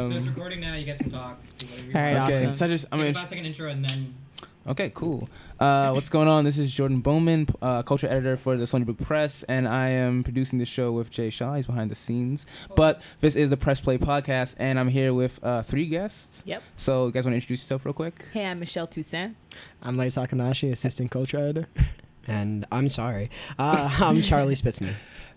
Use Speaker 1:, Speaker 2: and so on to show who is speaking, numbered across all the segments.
Speaker 1: So it's recording now. You guys can talk. do whatever you
Speaker 2: All right,
Speaker 1: want.
Speaker 2: awesome.
Speaker 3: Okay, so Um, I just, I'm
Speaker 1: Give
Speaker 3: gonna
Speaker 1: a five second intro and then
Speaker 3: Okay, cool. Uh, what's going on? This is Jordan Bowman, p- uh, culture editor for the Stony Brook Press, and I am producing this show with Jay Shaw. He's behind the scenes. But this is the Press Play podcast, and I'm here with uh, three guests.
Speaker 2: Yep.
Speaker 3: So, you guys want to introduce yourself real quick?
Speaker 2: Hey, I'm Michelle Toussaint.
Speaker 4: I'm Light Sakanashi, assistant culture editor.
Speaker 5: And I'm sorry. Uh, I'm Charlie Spitzner.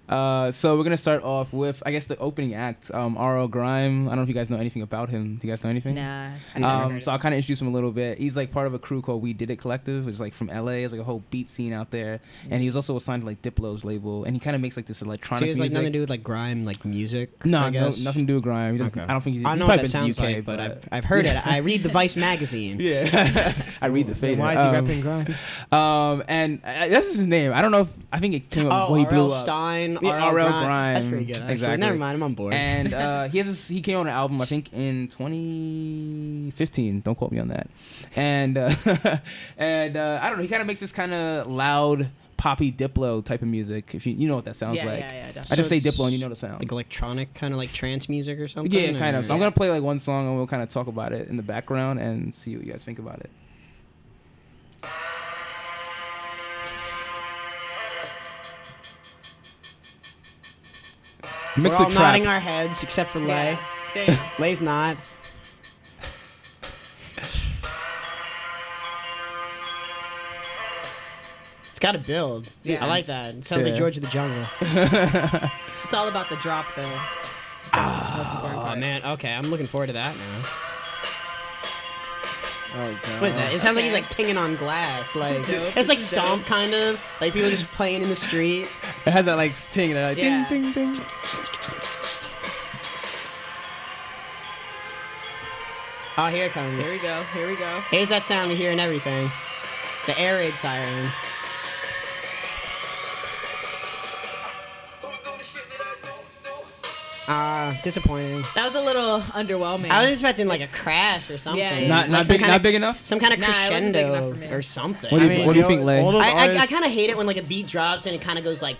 Speaker 3: Uh, so, we're going to start off with, I guess, the opening act, um, R.L. Grime. I don't know if you guys know anything about him. Do you guys know anything?
Speaker 2: Nah.
Speaker 3: Um, so I'll kind of introduce him a little bit. He's like part of a crew called We Did It Collective, which is like from LA. It's like a whole beat scene out there, and he was also assigned to like Diplo's label, and he kind of makes like this electronic.
Speaker 5: Mm. So he has like
Speaker 3: music.
Speaker 5: nothing to do with like grime, like music.
Speaker 3: No,
Speaker 5: I
Speaker 3: no,
Speaker 5: guess.
Speaker 3: nothing to do with grime. He doesn't,
Speaker 5: Okay.
Speaker 3: I don't think he's.
Speaker 5: I
Speaker 3: he's
Speaker 5: know what
Speaker 3: probably
Speaker 5: that
Speaker 3: been to
Speaker 5: sounds
Speaker 3: the UK,
Speaker 5: like, but I've, I've heard it. I read the Vice magazine.
Speaker 3: uh, yeah, I read the
Speaker 4: Then
Speaker 3: fade.
Speaker 4: why is he repping grime?
Speaker 3: Um, and uh, that's his name. I don't know if I think it came up
Speaker 5: Oh,
Speaker 3: before he blew
Speaker 5: R.L.
Speaker 3: up.
Speaker 5: Stein,
Speaker 3: Yeah,
Speaker 5: R.L.
Speaker 3: R.L.
Speaker 5: Grime. That's
Speaker 3: Grime.
Speaker 5: pretty good. Actually.
Speaker 3: Exactly.
Speaker 5: Never mind. I'm on board.
Speaker 3: And uh, he has this, he came out on an album I think in 2015. Don't quote me on that. And uh, and uh, I don't know. He kind of makes this kind of loud poppy Diplo type of music. If you you know what that sounds
Speaker 2: yeah,
Speaker 3: like.
Speaker 2: yeah, yeah,
Speaker 3: I
Speaker 2: definitely.
Speaker 3: just
Speaker 5: So
Speaker 3: say
Speaker 5: it's
Speaker 3: Diplo and you know the sound.
Speaker 5: like electronic, kind of like trance music or something.
Speaker 3: Yeah, kind of. So I'm
Speaker 5: or-
Speaker 3: gonna play like one song and we'll kind of talk about it in the background and see what you guys think about it. Mix
Speaker 5: We're
Speaker 3: the
Speaker 5: all
Speaker 3: track.
Speaker 5: nodding our heads except for Lay.
Speaker 2: Same.
Speaker 5: Lay's not. It's got a build.
Speaker 2: Yeah.
Speaker 5: I like that. It sounds
Speaker 3: Yeah.
Speaker 5: like George of the Jungle.
Speaker 2: It's all about the drop, though. That's the
Speaker 3: Ah,
Speaker 2: most important
Speaker 5: Oh
Speaker 2: part.
Speaker 5: man, okay, I'm looking forward to that now.
Speaker 3: Oh, God.
Speaker 5: What is that? It sounds like he's
Speaker 2: Okay.
Speaker 5: like tinging on glass, like
Speaker 2: Dope.
Speaker 5: it's like
Speaker 2: Dope.
Speaker 5: stomp kind of, like people just playing in the street.
Speaker 3: It has that like sting. That, like,
Speaker 2: Yeah.
Speaker 3: Ding ding ding.
Speaker 5: Oh, here it comes.
Speaker 2: Here we go. Here we go.
Speaker 5: Here's that sound we hear and everything. The air raid siren. Ah, disappointing.
Speaker 2: That was a little underwhelming.
Speaker 5: I was expecting like a crash or something.
Speaker 2: Yeah, yeah.
Speaker 3: Not-
Speaker 5: Like,
Speaker 3: not
Speaker 5: some
Speaker 3: big-
Speaker 5: kinda-
Speaker 3: not big enough?
Speaker 5: Some kind of
Speaker 2: Nah, it wasn't big enough
Speaker 5: crescendo
Speaker 2: for me.
Speaker 5: or something.
Speaker 3: What do you,
Speaker 4: mean,
Speaker 3: what do you
Speaker 4: you
Speaker 3: think,
Speaker 4: know,
Speaker 3: Lay?
Speaker 4: all those-
Speaker 5: I, I, I
Speaker 4: artists-
Speaker 5: kind of hate it when like a beat drops and it kind of goes like,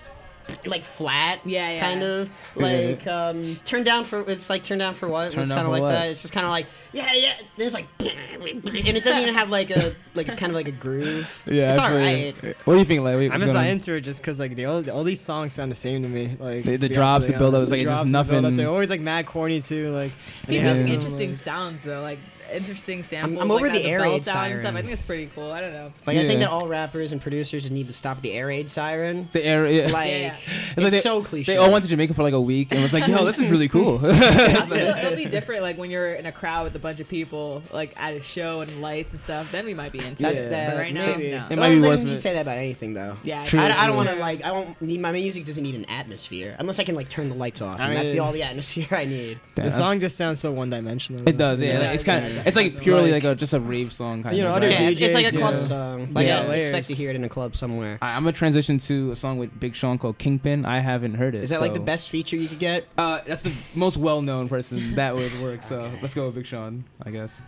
Speaker 5: like flat.
Speaker 2: Yeah, yeah.
Speaker 5: Kind of like um, turn down for it's like turn down for what?
Speaker 3: Turn
Speaker 5: it's
Speaker 3: down
Speaker 5: kind
Speaker 3: for
Speaker 5: of like
Speaker 3: what?
Speaker 5: that. It's just kind of like yeah, yeah. There's like and it doesn't even have like a like kind of like a groove.
Speaker 3: yeah,
Speaker 5: it's
Speaker 3: I
Speaker 5: all
Speaker 3: feel you.
Speaker 5: right.
Speaker 3: What do you think, Lay? What-
Speaker 4: I'm
Speaker 3: what's
Speaker 4: just
Speaker 3: going
Speaker 4: not
Speaker 3: on?
Speaker 4: into it just because like the all, all these songs sound the same to me. Like
Speaker 3: The- the
Speaker 4: to be
Speaker 3: drops,
Speaker 4: honestly
Speaker 3: the build-up,
Speaker 4: honest.
Speaker 3: it's like, it's
Speaker 4: The
Speaker 3: just
Speaker 4: drops, the build-ups,
Speaker 3: nothing.
Speaker 4: They're always like mad corny too. Like and
Speaker 2: He
Speaker 4: they have
Speaker 2: makes
Speaker 4: some,
Speaker 2: interesting
Speaker 4: like-
Speaker 2: sounds, though. Like interesting samples.
Speaker 5: I'm
Speaker 2: like
Speaker 5: over
Speaker 2: that,
Speaker 5: the air
Speaker 2: bell
Speaker 5: raid
Speaker 2: sound and Stuff.
Speaker 5: siren.
Speaker 2: I think it's pretty cool. I don't know.
Speaker 5: Like I
Speaker 3: Yeah.
Speaker 5: think that all rappers and producers just need to stop the air raid siren.
Speaker 3: The air. Yeah.
Speaker 5: Like
Speaker 2: yeah.
Speaker 5: it's,
Speaker 3: like they-
Speaker 5: so cliche.
Speaker 3: They all went to Jamaica for like a week and was like, yo, this is really cool.
Speaker 2: I feel it'll be different, like when you're in a crowd with a bunch of people, like at a show and lights and stuff. Then we might be into
Speaker 5: That-
Speaker 2: it.
Speaker 5: that-
Speaker 2: but right
Speaker 5: maybe.
Speaker 2: now, no.
Speaker 3: It might
Speaker 5: Well,
Speaker 3: be
Speaker 5: then
Speaker 3: worth
Speaker 5: you
Speaker 3: it.
Speaker 5: say that about anything though.
Speaker 2: Yeah,
Speaker 3: True.
Speaker 2: I,
Speaker 5: I, I don't want to like. I don't need my music doesn't need an atmosphere unless I can like turn the lights off.
Speaker 4: I
Speaker 5: and that's the,
Speaker 4: mean-
Speaker 5: all the atmosphere I need.
Speaker 4: The song just sounds so one-dimensional.
Speaker 3: It does, yeah.
Speaker 2: Yeah,
Speaker 3: like, it's
Speaker 2: it
Speaker 3: kind
Speaker 2: does.
Speaker 3: of, it's like purely like a just a rave song kind
Speaker 4: You know,
Speaker 3: of.
Speaker 4: other
Speaker 3: vibe.
Speaker 5: Yeah, it's, it's like a
Speaker 4: DJs,
Speaker 5: club
Speaker 4: yeah.
Speaker 5: song. Like
Speaker 3: Yeah,
Speaker 5: I expect
Speaker 4: layers.
Speaker 5: to hear it in a club somewhere.
Speaker 3: I- I'm gonna transition to a song with Big Sean called Kingpin. I haven't heard it.
Speaker 5: Is that like the
Speaker 3: so-
Speaker 5: best feature you could get?
Speaker 3: Uh, that's the most well-known person that would work. So let's go with Big Sean, I guess.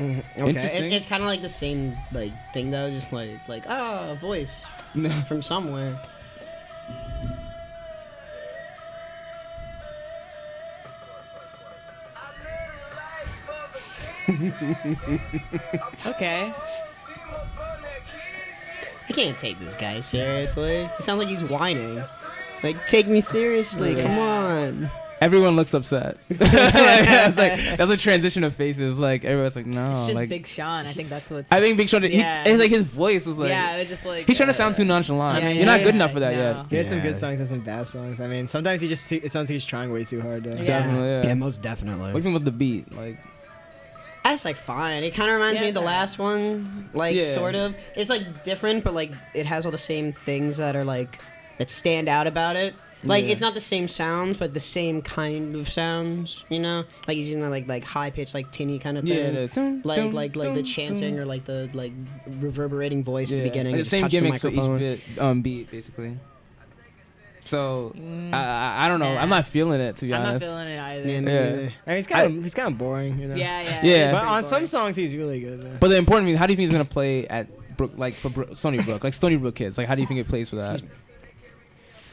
Speaker 5: Okay,
Speaker 3: Interesting.
Speaker 5: it, it's kind of like the same like thing though. Just like like oh, a voice
Speaker 3: No.
Speaker 5: from somewhere.
Speaker 2: okay.
Speaker 5: I can't take this guy seriously. It sounds like he's whining. Like take me seriously, come
Speaker 2: Yeah.
Speaker 5: on.
Speaker 3: Everyone looks upset. like, that's like that's a transition of faces. Like everyone's like, no.
Speaker 2: It's just
Speaker 3: Oh, like
Speaker 2: Big Sean. I think that's what's.
Speaker 3: I think Big Sean. Did, he-
Speaker 2: Yeah.
Speaker 3: it's like his voice was like.
Speaker 2: yeah, it was just like
Speaker 3: He's trying to
Speaker 2: uh,
Speaker 3: sound too nonchalant.
Speaker 4: I mean,
Speaker 3: You're not
Speaker 4: yeah,
Speaker 3: good enough for that
Speaker 2: no.
Speaker 4: He has some
Speaker 5: Yeah.
Speaker 4: good songs and some bad songs. I mean, sometimes he just see- it sounds like he's trying way too hard.
Speaker 3: yet.
Speaker 4: To,
Speaker 2: Yeah.
Speaker 3: Definitely. Yeah.
Speaker 5: most
Speaker 3: What do you
Speaker 5: definitely.
Speaker 3: think about the beat? Like,
Speaker 5: That's like fine. It kind of reminds
Speaker 2: Yeah,
Speaker 5: me of the
Speaker 2: it's alright.
Speaker 5: last one. Like
Speaker 3: Yeah.
Speaker 5: sort of. It's like different, but like it has all the same things that are like that stand out about it. Like
Speaker 3: Yeah.
Speaker 5: it's not the same sounds, but the same kind of sounds. You know, like he's using that like like high pitched like tinny kind of
Speaker 3: yeah,
Speaker 5: thing.
Speaker 3: the dun,
Speaker 5: like
Speaker 3: dun,
Speaker 5: like like the
Speaker 3: dun,
Speaker 5: chanting
Speaker 3: dun.
Speaker 5: or like the like reverberating voice at
Speaker 3: Yeah.
Speaker 5: the beginning.
Speaker 3: Like
Speaker 5: and
Speaker 3: the
Speaker 5: just
Speaker 3: same
Speaker 5: touch the
Speaker 3: gimmicks for
Speaker 5: microphone.
Speaker 3: each bit, um, beat, basically. So
Speaker 2: Mm,
Speaker 3: I, I I don't know.
Speaker 2: Nah.
Speaker 3: I'm not feeling it to be
Speaker 2: I'm not
Speaker 3: honest.
Speaker 2: feeling it either.
Speaker 5: Yeah,
Speaker 2: Yeah,
Speaker 5: me
Speaker 3: Yeah.
Speaker 5: neither.
Speaker 4: I mean, he's kind of he's kind of boring. You know?
Speaker 2: yeah.
Speaker 3: Yeah.
Speaker 2: it's
Speaker 4: But
Speaker 2: pretty
Speaker 4: on some
Speaker 2: boring.
Speaker 4: songs, he's really good. Though.
Speaker 3: but the important thing, how do you think he's gonna play at Brook, like for Bro- Stony Brook, like Stony Brook kids? Like how do you think it plays for that?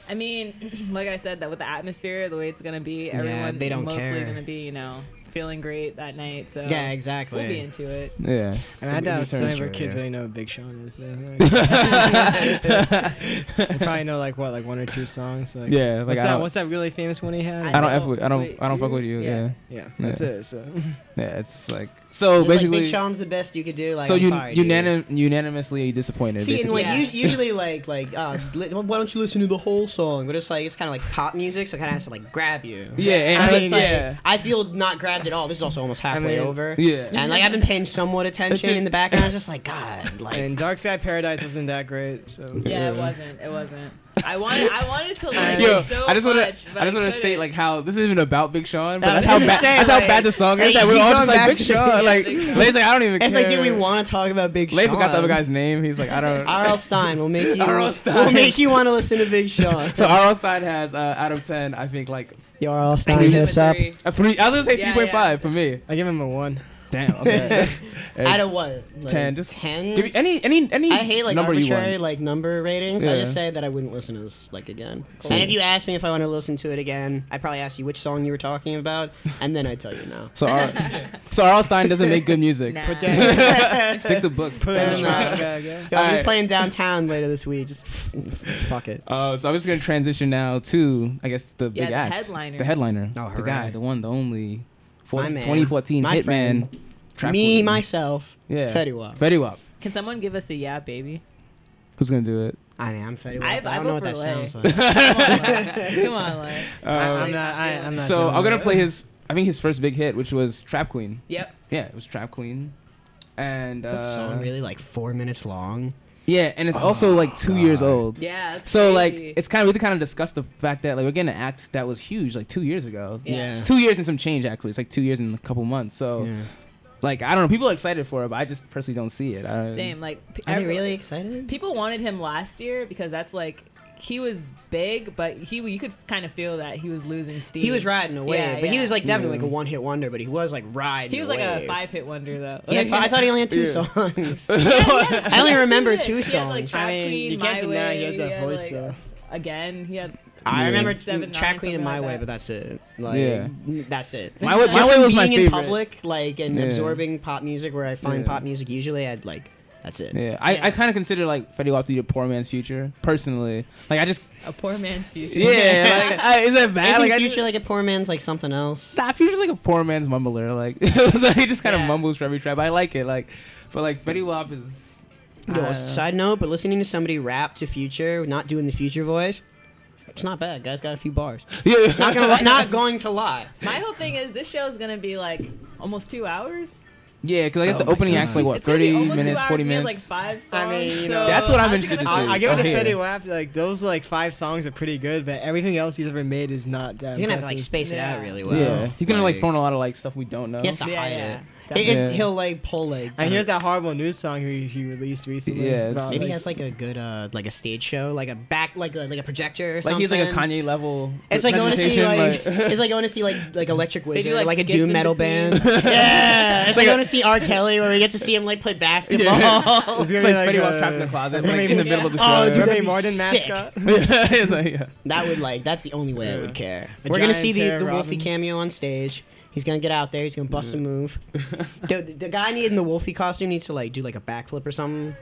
Speaker 2: I mean, like I said, that with the atmosphere, the way it's gonna be, everyone
Speaker 5: they don't
Speaker 2: mostly
Speaker 5: care.
Speaker 2: gonna be, you know, feeling great that night. So
Speaker 5: Yeah, exactly.
Speaker 2: We'll be into it.
Speaker 3: Yeah.
Speaker 4: I mean, I
Speaker 3: It- it
Speaker 4: doubt some
Speaker 3: turns
Speaker 4: of our
Speaker 3: true,
Speaker 4: kids
Speaker 3: yeah.
Speaker 4: really know who Big Sean is. though. they probably know like what, like one or two songs. Like,
Speaker 3: Yeah, like,
Speaker 4: what's
Speaker 3: I
Speaker 4: that?
Speaker 3: don't-
Speaker 4: What's that really famous one he had?
Speaker 3: I don't
Speaker 2: know.
Speaker 3: f with, I don't
Speaker 2: Wait,
Speaker 3: I don't fuck with you.
Speaker 2: yeah.
Speaker 3: Yeah.
Speaker 4: yeah, that's
Speaker 3: Yeah.
Speaker 4: it. So
Speaker 3: Yeah, it's like so
Speaker 5: It's like,
Speaker 3: basically
Speaker 5: Big Sean's the best you could do. Like,
Speaker 3: so
Speaker 5: I'm
Speaker 3: you
Speaker 5: sorry, dude.
Speaker 3: unanim- unanimously disappointed.
Speaker 5: See, and
Speaker 3: basically.
Speaker 5: like
Speaker 2: Yeah.
Speaker 5: us- usually, like like uh, li- why don't you listen to the whole song? But it's like it's kind of like pop music, so it kind of has to like grab you.
Speaker 3: yeah, and
Speaker 5: So
Speaker 4: I
Speaker 5: it's
Speaker 4: mean,
Speaker 5: like,
Speaker 4: yeah.
Speaker 5: I feel not grabbed at all. This is also almost halfway
Speaker 4: mean,
Speaker 5: over.
Speaker 3: yeah.
Speaker 5: And like I've been paying somewhat attention
Speaker 3: That's it.
Speaker 5: in the background. I was just like, God, like
Speaker 4: and Dark Sky Paradise wasn't that great. So
Speaker 2: Yeah, it
Speaker 3: Yeah.
Speaker 2: wasn't. It wasn't. I wanted. I wanted to like
Speaker 3: Yo,
Speaker 2: it so
Speaker 3: I just want
Speaker 2: much,
Speaker 3: to.
Speaker 2: but
Speaker 3: I just want to
Speaker 2: couldn't.
Speaker 3: state like how this isn't even about Big Sean, but
Speaker 5: I
Speaker 3: that's
Speaker 5: was
Speaker 3: how
Speaker 5: gonna
Speaker 3: bad.
Speaker 5: say,
Speaker 3: That's how
Speaker 5: like-
Speaker 3: bad the song is.
Speaker 5: like,
Speaker 3: That we're
Speaker 5: keep
Speaker 3: all
Speaker 5: going
Speaker 3: just like
Speaker 5: back
Speaker 3: Big
Speaker 5: to-
Speaker 3: Sean. Like,
Speaker 2: Big Sean.
Speaker 3: Lay's like, I don't even.
Speaker 5: it's
Speaker 3: care.
Speaker 5: like, do we want to talk about Big
Speaker 3: Lay
Speaker 5: Sean?
Speaker 3: forgot the other guy's name. He's like, I don't.
Speaker 5: R.L. Stein will make you.
Speaker 3: R.L.
Speaker 5: will
Speaker 3: Stine.
Speaker 5: make you want to listen to Big Sean.
Speaker 3: So R.L. Stein has uh, out of ten, I think like
Speaker 5: Yo, R.L.
Speaker 2: I
Speaker 5: Stein,
Speaker 2: gave
Speaker 5: hit
Speaker 2: it
Speaker 5: us up.
Speaker 2: three.
Speaker 3: a three. I was gonna say
Speaker 2: Yeah,
Speaker 3: three point
Speaker 2: yeah.
Speaker 3: five for me.
Speaker 4: I give him a one.
Speaker 3: Damn. Okay.
Speaker 5: Out of what? Like,
Speaker 3: Ten, just-
Speaker 5: ten.
Speaker 3: Give me any any any
Speaker 5: I hate like
Speaker 3: number you
Speaker 5: arbitrary
Speaker 3: want.
Speaker 5: like number ratings. I
Speaker 3: Yeah.
Speaker 5: just say that I wouldn't listen to this like again.
Speaker 3: Cool.
Speaker 5: And if you asked me if I want to listen to it again, I probably ask you which song you were talking about, and then I tell you no.
Speaker 3: So R. so R.L. Stein doesn't make good music.
Speaker 2: Nah.
Speaker 4: Put that.
Speaker 3: Stick to books.
Speaker 4: Put it in the
Speaker 5: That's right.
Speaker 4: trash bag. Yeah.
Speaker 5: Yo, I'm
Speaker 3: Alright.
Speaker 5: Uh, playing downtown later this week. Just fuck it.
Speaker 3: Uh, so I'm just gonna transition now to I guess the
Speaker 2: Yeah,
Speaker 3: big
Speaker 2: the
Speaker 3: act,
Speaker 2: headliner.
Speaker 3: the headliner,
Speaker 5: Oh,
Speaker 3: the
Speaker 5: hooray.
Speaker 3: guy, the one, the only, four,
Speaker 5: My man.
Speaker 3: 2014
Speaker 5: My
Speaker 3: Hitman,
Speaker 5: friend.
Speaker 3: Trap
Speaker 5: me
Speaker 3: Queen.
Speaker 5: myself,
Speaker 3: yeah,
Speaker 5: Fetty Wap.
Speaker 3: Fetty Wap.
Speaker 2: Can someone give us a yeah, baby?
Speaker 3: Who's gonna do it?
Speaker 5: I mean, I'm Fetty Wap.
Speaker 2: I-
Speaker 5: but I,
Speaker 2: I
Speaker 5: don't
Speaker 2: vote
Speaker 5: know what
Speaker 2: for
Speaker 5: that
Speaker 2: Lay.
Speaker 5: sounds like.
Speaker 2: Come on, like. Come on, like.
Speaker 4: I,
Speaker 3: Uh,
Speaker 4: am not. I, I'm not.
Speaker 3: so
Speaker 4: doing
Speaker 3: I'm gonna
Speaker 4: that.
Speaker 3: play his, I think his first big hit, which was Trap Queen.
Speaker 2: Yep.
Speaker 3: Yeah, it was Trap Queen, and uh,
Speaker 5: that song really like four minutes long.
Speaker 3: yeah, and it's also like two years
Speaker 5: Oh God.
Speaker 3: old.
Speaker 2: Yeah. That's
Speaker 3: So like
Speaker 2: crazy.
Speaker 3: it's kind of we have to kind of discuss the fact that like we're getting an act that was huge like two years ago.
Speaker 2: Yeah.
Speaker 5: Yeah.
Speaker 3: It's two years and some change actually. It's like two years and a couple months. So
Speaker 5: Yeah.
Speaker 3: like I don't know, people are excited for it, but I just personally don't see it. I,
Speaker 2: same. Like p-
Speaker 5: Are they
Speaker 2: every-
Speaker 5: really excited?
Speaker 2: People wanted him last year because that's like he was big, but he you could kind of feel that he was losing steam.
Speaker 5: He was riding away,
Speaker 2: Yeah,
Speaker 5: but he
Speaker 2: yeah.
Speaker 5: was like definitely
Speaker 3: Yeah.
Speaker 5: like a one hit wonder. But he was like riding.
Speaker 2: He was like a
Speaker 5: wave.
Speaker 2: five hit wonder though.
Speaker 5: He had
Speaker 2: Like-
Speaker 5: fi- I thought he only had two
Speaker 3: Yeah.
Speaker 5: songs.
Speaker 2: I
Speaker 5: only remember two songs.
Speaker 4: I mean, you can't deny he has that voice, though.
Speaker 2: Again, he had.
Speaker 5: I
Speaker 3: Yeah.
Speaker 5: remember
Speaker 2: Six, seven,
Speaker 5: Track
Speaker 2: nine,
Speaker 5: Queen and
Speaker 2: something
Speaker 5: My
Speaker 2: like
Speaker 5: Way,
Speaker 2: that.
Speaker 5: but that's it. Like,
Speaker 3: Yeah.
Speaker 5: that's it.
Speaker 3: My Way- My
Speaker 5: Just
Speaker 3: Way
Speaker 5: in
Speaker 3: was my
Speaker 5: being in
Speaker 3: favorite.
Speaker 5: public, like, and
Speaker 3: Yeah.
Speaker 5: absorbing pop music where I find
Speaker 3: Yeah.
Speaker 5: pop music usually, I'd like, that's it.
Speaker 3: Yeah, I,
Speaker 2: Yeah.
Speaker 3: I kind of consider like Fetty Wap to be a poor man's future, personally. Like I just
Speaker 2: a poor man's future.
Speaker 3: yeah, like I, is that bad?
Speaker 5: Isn't
Speaker 3: like I
Speaker 5: future
Speaker 3: just,
Speaker 5: like a poor man's like something else?
Speaker 3: nah, future's like a poor man's mumbler. Like so he just kind of
Speaker 2: Yeah.
Speaker 3: mumbles for every trap. I like it. Like, but like Fetty Wap is. I
Speaker 5: Yo,
Speaker 3: don't know.
Speaker 5: side note, but listening to somebody rap to Future, not doing the Future voice, it's not bad. Guy's got a few bars.
Speaker 3: yeah,
Speaker 5: Not gonna, li- not going to lie.
Speaker 2: My whole thing is this show is gonna be like almost two hours.
Speaker 3: yeah, because I guess
Speaker 5: Oh
Speaker 3: the
Speaker 5: my
Speaker 3: opening
Speaker 5: God.
Speaker 3: act's like what
Speaker 2: It's gonna be
Speaker 3: thirty
Speaker 2: almost two
Speaker 3: minutes,
Speaker 2: hours,
Speaker 3: forty
Speaker 2: and he has,
Speaker 3: minutes.
Speaker 2: Like five
Speaker 4: I
Speaker 2: songs.
Speaker 4: mean, you
Speaker 2: so
Speaker 4: know-
Speaker 3: That's what I'm
Speaker 2: how's it
Speaker 3: interested
Speaker 2: gonna
Speaker 3: to see.
Speaker 2: be?
Speaker 4: I, I give it to
Speaker 3: Oh, yeah.
Speaker 4: Fetty Wap. Like those like five songs are pretty good, but everything else he's ever made is not that.
Speaker 5: He's gonna have to like
Speaker 4: impressive.
Speaker 5: space
Speaker 2: Yeah.
Speaker 5: it out really well.
Speaker 3: yeah, he's gonna like, throw in a lot of like stuff we don't know.
Speaker 5: He has to
Speaker 2: Yeah,
Speaker 5: hide
Speaker 2: yeah.
Speaker 5: it.
Speaker 2: Definitely.
Speaker 5: If-
Speaker 3: Yeah.
Speaker 5: He'll like pull like.
Speaker 4: And here's that horrible news song he, he released recently.
Speaker 3: Yeah, it's-
Speaker 4: about,
Speaker 5: Maybe
Speaker 3: Like-
Speaker 5: he has like a good uh like a stage show, like a back like a, like a projector or
Speaker 3: like
Speaker 5: something.
Speaker 3: he's like a Kanye level.
Speaker 5: It's like going to see like,
Speaker 3: presentation,
Speaker 5: it's like going to see like like Electric Wizard,
Speaker 2: do, like,
Speaker 5: or, like a
Speaker 2: skits
Speaker 5: doom
Speaker 2: in
Speaker 5: metal
Speaker 2: between.
Speaker 5: band. yeah, it's like going to see R. Kelly, where we get to see him like play basketball.
Speaker 4: it's
Speaker 3: it's
Speaker 4: gonna
Speaker 3: like,
Speaker 4: be like
Speaker 3: Fetty Wap
Speaker 4: uh,
Speaker 3: trapped in the closet,
Speaker 4: Remy-
Speaker 3: like in the middle of the show.
Speaker 5: Oh, dude,
Speaker 4: Remy
Speaker 5: that'd be
Speaker 4: Martin
Speaker 5: sick.
Speaker 4: mascot.
Speaker 3: yeah, it's like, yeah.
Speaker 5: That would like that's the only way I would care.
Speaker 4: A
Speaker 5: We're gonna
Speaker 4: giant
Speaker 5: see the
Speaker 4: pair
Speaker 5: the
Speaker 4: of
Speaker 5: Wolfie
Speaker 4: robins.
Speaker 5: cameo on stage. He's gonna get out there. He's gonna bust a move. the, the guy in the Wolfie costume needs to like do like a backflip or something.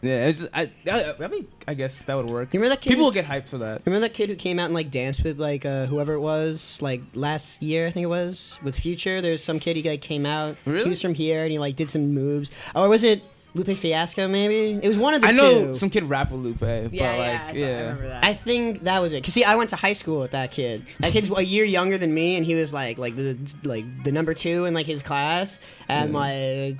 Speaker 3: Yeah, it's just, I, I, I mean, I guess that would work.
Speaker 5: You remember that kid?
Speaker 3: People
Speaker 5: who-
Speaker 3: will get hyped for that.
Speaker 5: Remember that kid who came out and like danced with like uh, whoever it was like last year I think it was with Future. There was some kid he like came out.
Speaker 3: Really?
Speaker 5: He was from here and he like did some moves. Or was it Lupe Fiasco? Maybe it was one of the
Speaker 3: I know
Speaker 5: two.
Speaker 3: some kid rap with Lupe, but
Speaker 2: Yeah, yeah, I
Speaker 3: like,
Speaker 2: thought- I
Speaker 3: yeah.
Speaker 2: remember that.
Speaker 5: I think that was it. Cause see, I went to high school with that kid. That kid's a year younger than me, and he was like like the like the number two in like his class, and like.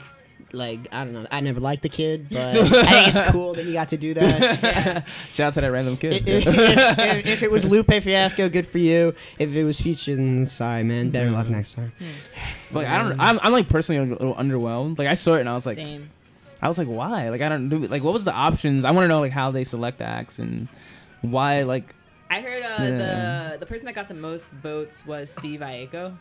Speaker 5: Like I don't know, I never liked the kid, but I think it's cool that he got to do that.
Speaker 3: Shout out to that random kid.
Speaker 5: if, if, if it was Lupe Fiasco, good for you. If it was Future, then sorry, man. Better luck next time.
Speaker 3: But, like, I don't. I'm, I'm like personally a little underwhelmed. Like I saw it and I was like,
Speaker 2: Same.
Speaker 3: I was like, why? Like I don't do. Like what was the options? I want to know like how they select the acts and why like.
Speaker 2: I heard uh,
Speaker 3: Yeah.
Speaker 2: the the person that got the most votes was Steve Iacco.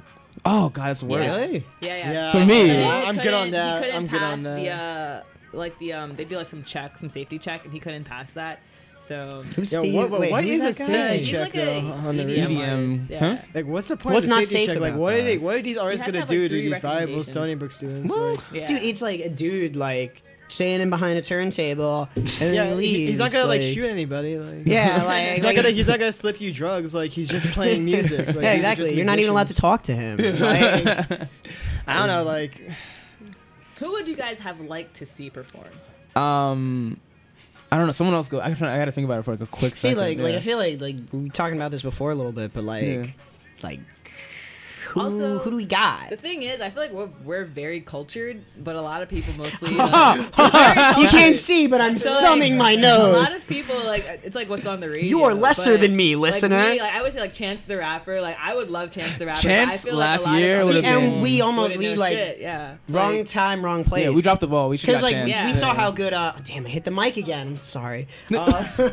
Speaker 3: Oh God, it's worse.
Speaker 5: Really?
Speaker 2: Yeah, yeah.
Speaker 4: Yeah,
Speaker 3: To
Speaker 2: And
Speaker 3: me.
Speaker 2: he
Speaker 4: I'm good
Speaker 2: couldn't-
Speaker 4: on that.
Speaker 2: He couldn't
Speaker 4: I'm
Speaker 2: pass uh,
Speaker 4: good on that.
Speaker 2: The, uh, like the um, they do like some check, some safety check, and he couldn't pass that. So
Speaker 5: Who's
Speaker 4: Yo,
Speaker 5: Steve?
Speaker 4: what, what,
Speaker 5: Wait,
Speaker 4: what
Speaker 5: who
Speaker 4: is a
Speaker 5: that guy?
Speaker 4: safety
Speaker 2: he's
Speaker 4: check
Speaker 2: like
Speaker 4: though?
Speaker 2: a
Speaker 4: On the
Speaker 2: EDM
Speaker 4: radio?
Speaker 3: EDM,
Speaker 2: artist,
Speaker 3: huh?
Speaker 2: yeah.
Speaker 4: like, what's the point
Speaker 5: What's
Speaker 4: of a
Speaker 5: not
Speaker 4: safety
Speaker 5: safe
Speaker 4: check? Like,
Speaker 5: about
Speaker 4: what are
Speaker 5: that?
Speaker 4: they? What are these artists
Speaker 2: have to
Speaker 4: gonna
Speaker 2: have,
Speaker 4: do to
Speaker 2: like, three
Speaker 4: these valuable Stony
Speaker 2: recommendations.
Speaker 4: Brook students? Like,
Speaker 2: Yeah.
Speaker 5: Dude, it's like a dude like standing behind a turntable and then
Speaker 4: yeah,
Speaker 5: he
Speaker 4: he-
Speaker 5: leaves.
Speaker 4: he's not gonna like shoot anybody. Like,
Speaker 5: Yeah, like
Speaker 4: he's not gonna he's not gonna slip you drugs. Like, he's just playing music. Like, these
Speaker 5: yeah,
Speaker 4: are
Speaker 5: exactly.
Speaker 4: just
Speaker 5: You're not even allowed
Speaker 4: musicians.
Speaker 5: to talk to him. Like,
Speaker 4: I don't know. Like,
Speaker 2: Who would you guys have liked to see perform?
Speaker 3: Um, I don't know. Someone else go. I, gotta- I gotta think about it for like a quick
Speaker 5: see,
Speaker 3: second.
Speaker 5: like, like
Speaker 3: yeah.
Speaker 5: I feel like like we were talking about this before a little bit, but like,
Speaker 3: Yeah.
Speaker 5: like who
Speaker 2: Also-
Speaker 5: who do we got?
Speaker 2: The thing is, I feel like we're, we're very cultured, but a lot of people mostly. uh, Like, we're very
Speaker 5: You can't
Speaker 2: cultured.
Speaker 5: see, but I'm
Speaker 2: So, like,
Speaker 5: thumbing my
Speaker 2: A
Speaker 5: nose.
Speaker 2: lot of people like it's like what's on the radio.
Speaker 5: You are lesser
Speaker 2: but,
Speaker 5: than me,
Speaker 2: like,
Speaker 5: listener.
Speaker 2: me, like, I would say like Chance the Rapper. Like I would love Chance the Rapper. but
Speaker 3: Chance
Speaker 2: I feel
Speaker 3: last
Speaker 2: like a lot
Speaker 3: year
Speaker 2: of
Speaker 3: would
Speaker 5: See,
Speaker 3: would've
Speaker 2: people
Speaker 5: and
Speaker 3: been-
Speaker 5: we almost
Speaker 2: wouldn't
Speaker 5: we
Speaker 2: know
Speaker 5: like
Speaker 2: shit, yeah.
Speaker 5: wrong time, wrong place.
Speaker 3: Yeah, we dropped the ball. We should
Speaker 5: because
Speaker 3: have
Speaker 5: like
Speaker 3: chance.
Speaker 5: we
Speaker 2: Yeah.
Speaker 5: saw how good. Uh, damn, I hit the mic again. I'm sorry.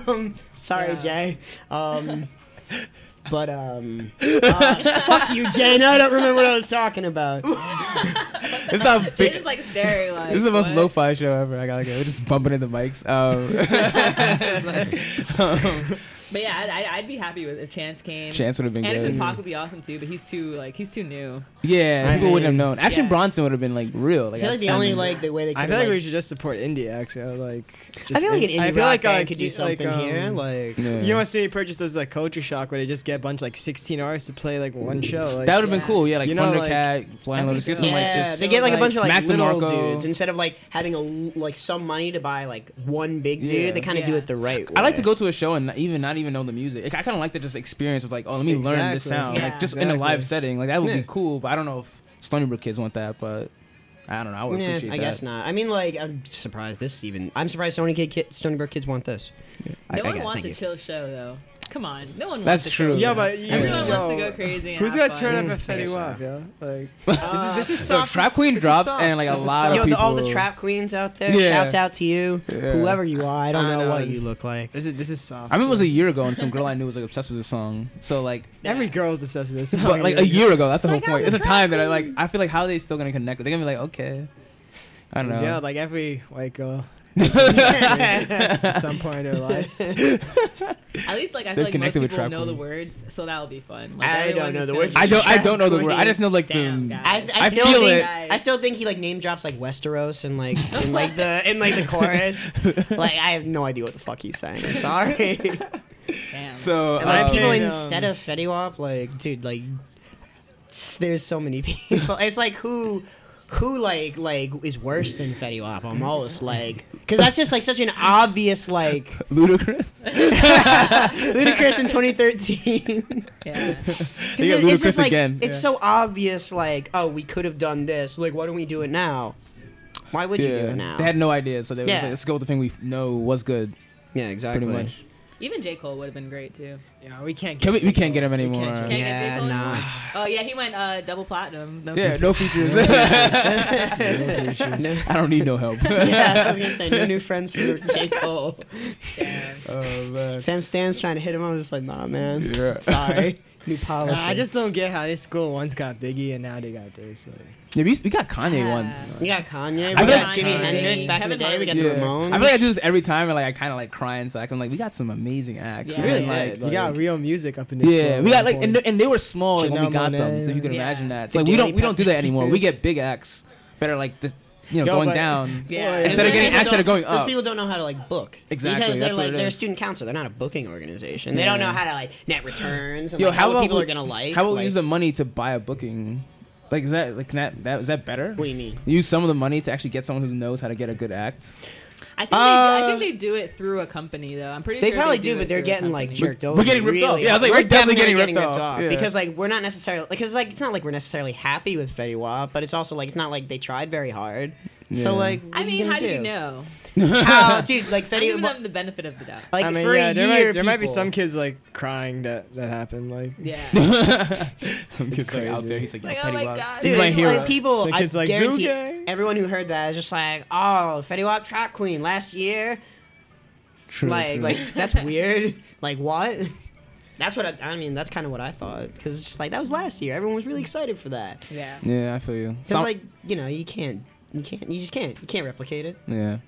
Speaker 5: Um, sorry,
Speaker 2: Yeah.
Speaker 5: Jay. Um, but um, uh, fuck you, Jay. No, I don't remember what I was talking about.
Speaker 3: It's not
Speaker 2: They
Speaker 3: big.
Speaker 2: just like staring like.
Speaker 3: this is the most
Speaker 2: what?
Speaker 3: lo-fi show ever. I gotta go. We're just bumping into mics. Um, um,
Speaker 2: But yeah, I'd- I'd, I'd be happy with if Chance came.
Speaker 3: Chance would have been
Speaker 2: Anderson
Speaker 3: good.
Speaker 2: Paak would be awesome too, but he's too like he's too new.
Speaker 3: Yeah,
Speaker 4: I
Speaker 3: people wouldn't have
Speaker 4: mean,
Speaker 3: known. Action
Speaker 2: yeah.
Speaker 3: Bronson would have been like real. Like,
Speaker 5: I feel like
Speaker 3: I'd
Speaker 5: the
Speaker 3: seen
Speaker 5: only
Speaker 3: him.
Speaker 5: like the way they.
Speaker 4: I
Speaker 5: could've,
Speaker 4: feel like we
Speaker 5: like-
Speaker 4: should just support indie acts. Yeah, like,
Speaker 5: I
Speaker 4: just
Speaker 5: feel like an
Speaker 4: in- I
Speaker 5: indie
Speaker 4: feel
Speaker 5: rock
Speaker 4: like,
Speaker 5: band
Speaker 4: like,
Speaker 5: could do
Speaker 4: you- like,
Speaker 5: something here.
Speaker 4: um,
Speaker 5: Like,
Speaker 3: Yeah.
Speaker 4: You know what City Purchase does like Culture Shock where they just get a bunch like 16 artists to play like one show. Like,
Speaker 3: that would have
Speaker 2: Yeah.
Speaker 3: been cool. Yeah, like
Speaker 4: You know, like-
Speaker 3: Thundercat, Flying Lotus. Get some like
Speaker 5: yeah,
Speaker 3: just
Speaker 5: they get like, a
Speaker 4: like,
Speaker 5: bunch of like
Speaker 3: Mac
Speaker 5: little
Speaker 3: DeMarco.
Speaker 5: dudes instead of like having a l- like some money to buy like one big dude.
Speaker 3: Yeah.
Speaker 5: They kind of do
Speaker 2: Yeah.
Speaker 5: it the right way.
Speaker 3: I like to go to a show and not even not even know the music. Like, I kind of like the just experience of like, oh, let me learn this
Speaker 4: Exactly.
Speaker 3: sound,
Speaker 2: Yeah.
Speaker 3: like just in a live
Speaker 4: Exactly.
Speaker 3: setting. Like that would
Speaker 4: Yeah.
Speaker 3: be cool. But I don't know if Stony Brook kids want that. But I don't know. I would
Speaker 5: Yeah,
Speaker 3: appreciate
Speaker 5: I
Speaker 3: that.
Speaker 5: guess not. I mean, like, I'm surprised this even. I'm surprised Sony Kid, Kid Stony Brook kids want this. I,
Speaker 2: No
Speaker 5: I
Speaker 2: one
Speaker 5: got it,
Speaker 2: wants
Speaker 5: thank
Speaker 2: a
Speaker 5: you.
Speaker 2: chill show though. Come on, no one
Speaker 3: That's
Speaker 2: wants. a
Speaker 3: true.
Speaker 2: Chill
Speaker 4: Yeah,
Speaker 2: show.
Speaker 4: but you,
Speaker 2: everyone
Speaker 4: yo,
Speaker 2: wants to go crazy. And
Speaker 4: Who's
Speaker 2: have
Speaker 4: gonna
Speaker 2: fun.
Speaker 4: turn up
Speaker 5: Mm,
Speaker 4: a
Speaker 5: I
Speaker 4: Fetty
Speaker 5: guess so.
Speaker 4: Wap? Yeah, like this is this is
Speaker 3: So
Speaker 4: soft.
Speaker 3: Trap
Speaker 4: this is-
Speaker 3: Queen
Speaker 4: this is
Speaker 3: drops
Speaker 4: soft,
Speaker 3: and like a
Speaker 4: this is
Speaker 3: lot of
Speaker 4: soft.
Speaker 5: Yo, Uh, the,
Speaker 3: people.
Speaker 5: all the trap queens out there,
Speaker 3: Yeah.
Speaker 5: shouts out to you.
Speaker 3: Yeah.
Speaker 5: Whoever you are, I don't
Speaker 4: I
Speaker 5: know,
Speaker 4: know.
Speaker 5: what you look like.
Speaker 4: This is this is soft.
Speaker 3: I remember it was a year ago, and some girl I knew was like obsessed with this song. So like,
Speaker 4: every girl's obsessed with this. Song,
Speaker 3: but like a
Speaker 4: dude.
Speaker 3: year ago, that's the whole
Speaker 2: Like,
Speaker 3: point.
Speaker 2: I'm
Speaker 3: It's
Speaker 2: the
Speaker 3: a
Speaker 2: trap
Speaker 3: time that I like. I feel like how are they still gonna connect? They're gonna be like, okay, I don't know.
Speaker 4: Yeah, like every white girl at some point in their life.
Speaker 2: At least like I feel like
Speaker 3: They're
Speaker 2: most
Speaker 3: connected with
Speaker 2: people
Speaker 3: Trap
Speaker 2: know the
Speaker 3: Queen.
Speaker 2: words, so that'll be fun. Like,
Speaker 5: I don't
Speaker 2: everyone
Speaker 5: know
Speaker 2: is
Speaker 5: the
Speaker 2: gonna
Speaker 5: words.
Speaker 2: be-
Speaker 3: I don't. I don't know the
Speaker 5: Trap
Speaker 3: word. I just know like
Speaker 2: Damn,
Speaker 3: the.
Speaker 2: guys.
Speaker 5: I, I,
Speaker 3: I
Speaker 5: still
Speaker 3: feel it.
Speaker 5: think, I still think he like name drops like Westeros and like in like the in like the chorus. Like I have no idea what the fuck he's saying. I'm sorry. and
Speaker 2: Damn.
Speaker 3: So
Speaker 5: like
Speaker 3: um,
Speaker 5: people
Speaker 4: mean,
Speaker 5: instead
Speaker 4: um,
Speaker 5: of Fetty Wap, like dude, like there's so many people. It's like who. Who like like is worse than Fetty Wap? Almost like, cause that's just like such an obvious like
Speaker 3: ludicrous.
Speaker 5: Ludacris in 2013.
Speaker 2: yeah.
Speaker 3: They got
Speaker 5: It's- it's just
Speaker 3: Ludacris
Speaker 5: like,
Speaker 3: again.
Speaker 5: It's so obvious, like, oh, we could have done this. Like, why don't we do it now? Why would you do it now?
Speaker 3: They had no idea, so they were
Speaker 5: Yeah.
Speaker 3: just like, let's go with the thing we know was good,
Speaker 5: yeah, exactly.
Speaker 3: pretty much.
Speaker 2: Even J Cole would have been great too.
Speaker 4: Yeah, we can't.
Speaker 3: Can we- we
Speaker 4: J.
Speaker 3: can't get him
Speaker 4: Cole. We
Speaker 3: anymore.
Speaker 4: can't
Speaker 2: Can't
Speaker 4: get-
Speaker 2: get J.
Speaker 5: Uh, Yeah,
Speaker 2: Cole
Speaker 5: nah.
Speaker 2: anymore? Oh yeah, he went uh, double platinum. No
Speaker 3: Yeah,
Speaker 2: feature.
Speaker 3: no features. I don't need no help.
Speaker 5: yeah, I was gonna say no new friends for J Cole.
Speaker 2: Damn.
Speaker 3: Oh, man.
Speaker 5: Sam Stan's trying to hit him. I was just like, nah, man.
Speaker 3: Yeah.
Speaker 5: Sorry. New policy.
Speaker 4: Nah, I just don't get how this school once got Biggie and now they got this. Like,
Speaker 3: Yeah, we, used- we got Kanye
Speaker 2: Yeah.
Speaker 3: once.
Speaker 5: We got Kanye.
Speaker 3: I feel
Speaker 5: We got
Speaker 3: like-
Speaker 5: Jimi
Speaker 3: Kanye,
Speaker 5: Hendrix back in
Speaker 2: Kevin
Speaker 5: the day. We got
Speaker 2: Harvey.
Speaker 5: the
Speaker 3: Yeah.
Speaker 5: Ramones.
Speaker 3: I feel like I do this every time, and like I kind of like crying, so I can like we got some amazing acts.
Speaker 2: Yeah.
Speaker 3: and,
Speaker 5: Really
Speaker 3: like,
Speaker 5: did.
Speaker 4: you got real music up in this.
Speaker 3: yeah,
Speaker 4: school
Speaker 3: we
Speaker 4: at one
Speaker 3: got like and,
Speaker 4: point.
Speaker 3: th- and they were small like, when we
Speaker 4: Janelle
Speaker 3: got them,
Speaker 4: Monáe.
Speaker 3: so you can
Speaker 2: Yeah.
Speaker 3: imagine that. It's
Speaker 5: The
Speaker 3: like we
Speaker 5: Daily
Speaker 3: don't we don't do that
Speaker 5: Peppers.
Speaker 3: anymore. We get big acts that are like just you know
Speaker 4: Yo,
Speaker 3: going
Speaker 4: but-
Speaker 3: down.
Speaker 2: Yeah.
Speaker 4: Boy,
Speaker 3: Instead of
Speaker 5: Those
Speaker 3: getting
Speaker 5: people
Speaker 3: action or
Speaker 5: don't-
Speaker 3: going
Speaker 5: Those
Speaker 3: up.
Speaker 5: people don't know how to like book.
Speaker 3: Exactly,
Speaker 5: Because they're
Speaker 3: that's what
Speaker 5: like
Speaker 3: it
Speaker 5: they're a
Speaker 3: is.
Speaker 5: student council. They're not a booking organization. They don't
Speaker 3: Yeah.
Speaker 5: know how to like net returns and
Speaker 3: Yo,
Speaker 5: like,
Speaker 3: how
Speaker 5: how what
Speaker 3: about
Speaker 5: people
Speaker 3: we-
Speaker 5: are gonna like.
Speaker 3: How about
Speaker 5: like,
Speaker 3: we use the money to buy a booking? Like is that like can that that is that better?
Speaker 5: What do you mean?
Speaker 3: Use some of the money to actually get someone who knows how to get a good act.
Speaker 2: I think, they
Speaker 3: uh,
Speaker 2: do, I think they do it through a company though. I'm pretty.
Speaker 5: They
Speaker 2: sure
Speaker 5: probably
Speaker 2: they
Speaker 5: do,
Speaker 2: it
Speaker 5: but they're
Speaker 2: through a
Speaker 5: getting like
Speaker 2: company.
Speaker 5: jerked over.
Speaker 3: we're getting ripped
Speaker 5: really.
Speaker 3: off. Yeah, I was like, we're definitely getting ripped off. Yeah.
Speaker 5: because like we're not necessarily because like it's not like we're necessarily happy with Fetty Wap, but it's also like it's not like they tried very hard.
Speaker 3: Yeah.
Speaker 5: So like, what
Speaker 2: I
Speaker 5: are
Speaker 2: mean,
Speaker 5: gonna
Speaker 2: how do you
Speaker 5: do?
Speaker 2: know?
Speaker 5: How, dude, like
Speaker 2: I'm
Speaker 5: Fetty
Speaker 2: giving
Speaker 5: Wap,
Speaker 2: them the benefit of the doubt.
Speaker 5: like
Speaker 4: I mean,
Speaker 5: for
Speaker 4: yeah,
Speaker 5: a
Speaker 4: there,
Speaker 5: year,
Speaker 4: might, there might be
Speaker 5: people-
Speaker 4: some kids like crying that that happened. Like,
Speaker 2: Yeah.
Speaker 3: Some
Speaker 4: It's
Speaker 3: kid's like out
Speaker 4: crazy.
Speaker 3: there. He's like,
Speaker 2: Like,
Speaker 3: "Yo,
Speaker 2: oh
Speaker 3: Fetty
Speaker 2: my
Speaker 3: Wap."
Speaker 2: God.
Speaker 3: He's
Speaker 5: Dude,
Speaker 3: my
Speaker 5: it's
Speaker 3: hero.
Speaker 5: like people.
Speaker 4: So
Speaker 5: I
Speaker 4: kids like, Zoo
Speaker 5: guarantee
Speaker 4: gang?
Speaker 5: everyone who heard that is just like, oh, Fetty Wap Trap Queen last year.
Speaker 3: True,
Speaker 5: like,
Speaker 3: true.
Speaker 5: like that's weird. Like what? That's what I, I mean. That's kind of what I thought because it's just like that was last year. Everyone was really excited for that.
Speaker 2: yeah.
Speaker 3: yeah, I feel you.
Speaker 5: Because
Speaker 3: Some-
Speaker 5: like you know you can't, you can't, you just can't, you can't replicate it.
Speaker 3: yeah.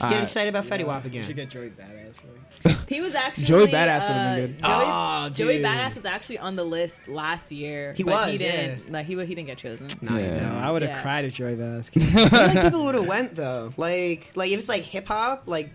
Speaker 3: All
Speaker 5: Get
Speaker 3: right.
Speaker 5: excited about Fetty Wap
Speaker 4: You should
Speaker 5: again.
Speaker 4: get Joey Badass. Like.
Speaker 2: He was actually
Speaker 3: Joey Badass
Speaker 2: uh,
Speaker 3: would've been good.
Speaker 2: Joey,
Speaker 5: Oh,
Speaker 2: Joey
Speaker 5: dude.
Speaker 2: Badass was actually on the list last year.
Speaker 5: He
Speaker 2: but He
Speaker 5: was, yeah.
Speaker 2: didn't. Like he wa- he didn't get chosen.
Speaker 3: Yeah.
Speaker 4: No, I would have
Speaker 2: Yeah.
Speaker 4: cried at Joey Badass.
Speaker 5: I feel like people would have went though. Like, like if it's like hip hop, like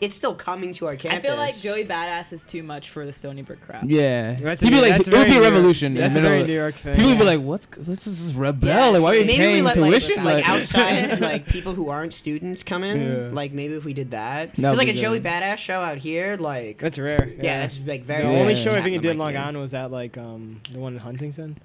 Speaker 5: it's still coming to our campus.
Speaker 2: I feel like Joey Badass is too much for the Stony Brook crowd.
Speaker 3: Yeah,
Speaker 4: That's a
Speaker 3: he'd be
Speaker 4: new-
Speaker 3: like,
Speaker 4: that's
Speaker 3: it would
Speaker 4: very
Speaker 3: be a
Speaker 4: New York-
Speaker 3: revolution. in
Speaker 4: that's
Speaker 3: the
Speaker 4: a
Speaker 3: middle
Speaker 4: very
Speaker 3: of-
Speaker 4: New York thing,
Speaker 3: People would be
Speaker 4: yeah.
Speaker 3: like, "What's this? Is rebel?
Speaker 2: Yeah,
Speaker 3: like, why are you
Speaker 5: Maybe we
Speaker 3: paying
Speaker 5: let like,
Speaker 3: tuition?"
Speaker 5: like outside like people who aren't students come in.
Speaker 3: Yeah.
Speaker 5: Like maybe if we did that,
Speaker 3: That'd
Speaker 5: there's like
Speaker 3: be
Speaker 5: a Joey
Speaker 3: good.
Speaker 5: Badass show out here. Like yeah,
Speaker 4: That's rare.
Speaker 5: that's like
Speaker 4: the
Speaker 5: very.
Speaker 4: only
Speaker 3: Yeah.
Speaker 4: show I think
Speaker 5: happening
Speaker 4: it did in
Speaker 5: right
Speaker 4: Long
Speaker 5: here.
Speaker 4: Island was at like um the one in Huntington.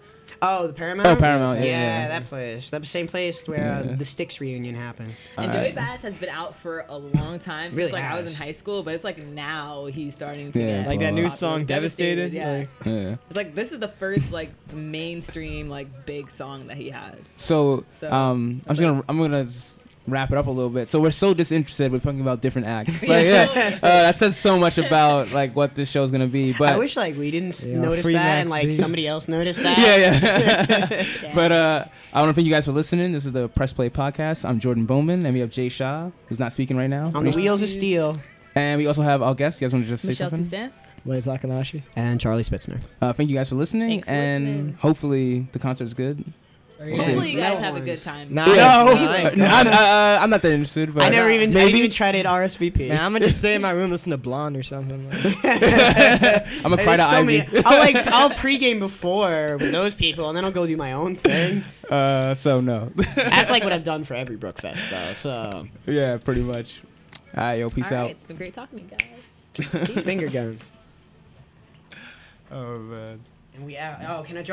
Speaker 5: Oh, the Paramount.
Speaker 3: Oh, Paramount, yeah,
Speaker 5: yeah,
Speaker 3: yeah.
Speaker 5: that place. That same place where
Speaker 3: Yeah.
Speaker 5: uh, the Sticks reunion happened.
Speaker 2: And Joey
Speaker 3: Alright.
Speaker 2: Badass has been out for a long time since
Speaker 5: Really
Speaker 2: like I
Speaker 5: has.
Speaker 2: was in high school, but it's like now he's starting to
Speaker 3: Yeah,
Speaker 2: get
Speaker 3: like that
Speaker 4: new
Speaker 2: popular.
Speaker 4: song, Devastated,
Speaker 2: Yeah,
Speaker 4: like-
Speaker 3: yeah.
Speaker 2: it's like this is the first like mainstream like big song that he has.
Speaker 3: So,
Speaker 2: So-
Speaker 3: um, I'm just gonna I'm gonna s- wrap it up a little bit. So we're so disinterested. We're talking about different acts. Like, yeah, uh, that says so much about like what this show's gonna be. But
Speaker 5: I wish like we didn't s
Speaker 4: Yeah,
Speaker 5: notice
Speaker 4: free
Speaker 5: that
Speaker 4: Max
Speaker 5: and like
Speaker 4: B.
Speaker 5: somebody else noticed that.
Speaker 3: yeah, yeah. but uh, I want to thank you guys for listening. This is the Press Play Podcast. I'm Jordan Bowman, and we have Jay Shaw, who's not speaking right now.
Speaker 5: On the
Speaker 3: We-
Speaker 5: wheels of steel.
Speaker 3: And we also have our guest. You guys want to just say
Speaker 2: Michelle
Speaker 3: something?
Speaker 2: Toussaint.
Speaker 4: Blaze Akanashi.
Speaker 5: And Charlie Spitzner.
Speaker 3: Uh, thank you guys for listening,
Speaker 2: Thanks for
Speaker 3: and
Speaker 2: listening.
Speaker 3: hopefully the concert's good.
Speaker 1: Are you-
Speaker 2: Hopefully you guys
Speaker 5: Metal
Speaker 2: have a good
Speaker 5: ones.
Speaker 2: time.
Speaker 4: Nah,
Speaker 3: No,
Speaker 4: nah, I ain't
Speaker 3: no,
Speaker 4: going.
Speaker 3: I'm, uh, I'm not that interested. But
Speaker 5: I never even I didn't
Speaker 3: maybe
Speaker 5: even try to RSVP.
Speaker 4: Man, I'm gonna just stay in my room, listen to Blonde or something. Like,
Speaker 3: I'm a cry
Speaker 5: Hey,
Speaker 3: to
Speaker 5: there's so
Speaker 3: Ivy.
Speaker 5: many- I'll like I'll pregame before with those people, and then I'll go do my own thing.
Speaker 3: Uh, so no,
Speaker 5: That's like what I've done for every Brookfest, though. So
Speaker 3: yeah, pretty much. All right, yo, peace
Speaker 2: All right,
Speaker 3: out.
Speaker 2: it's been great talking to you guys.
Speaker 5: finger guns.
Speaker 3: Oh man.
Speaker 5: And we out. Oh, can I drop?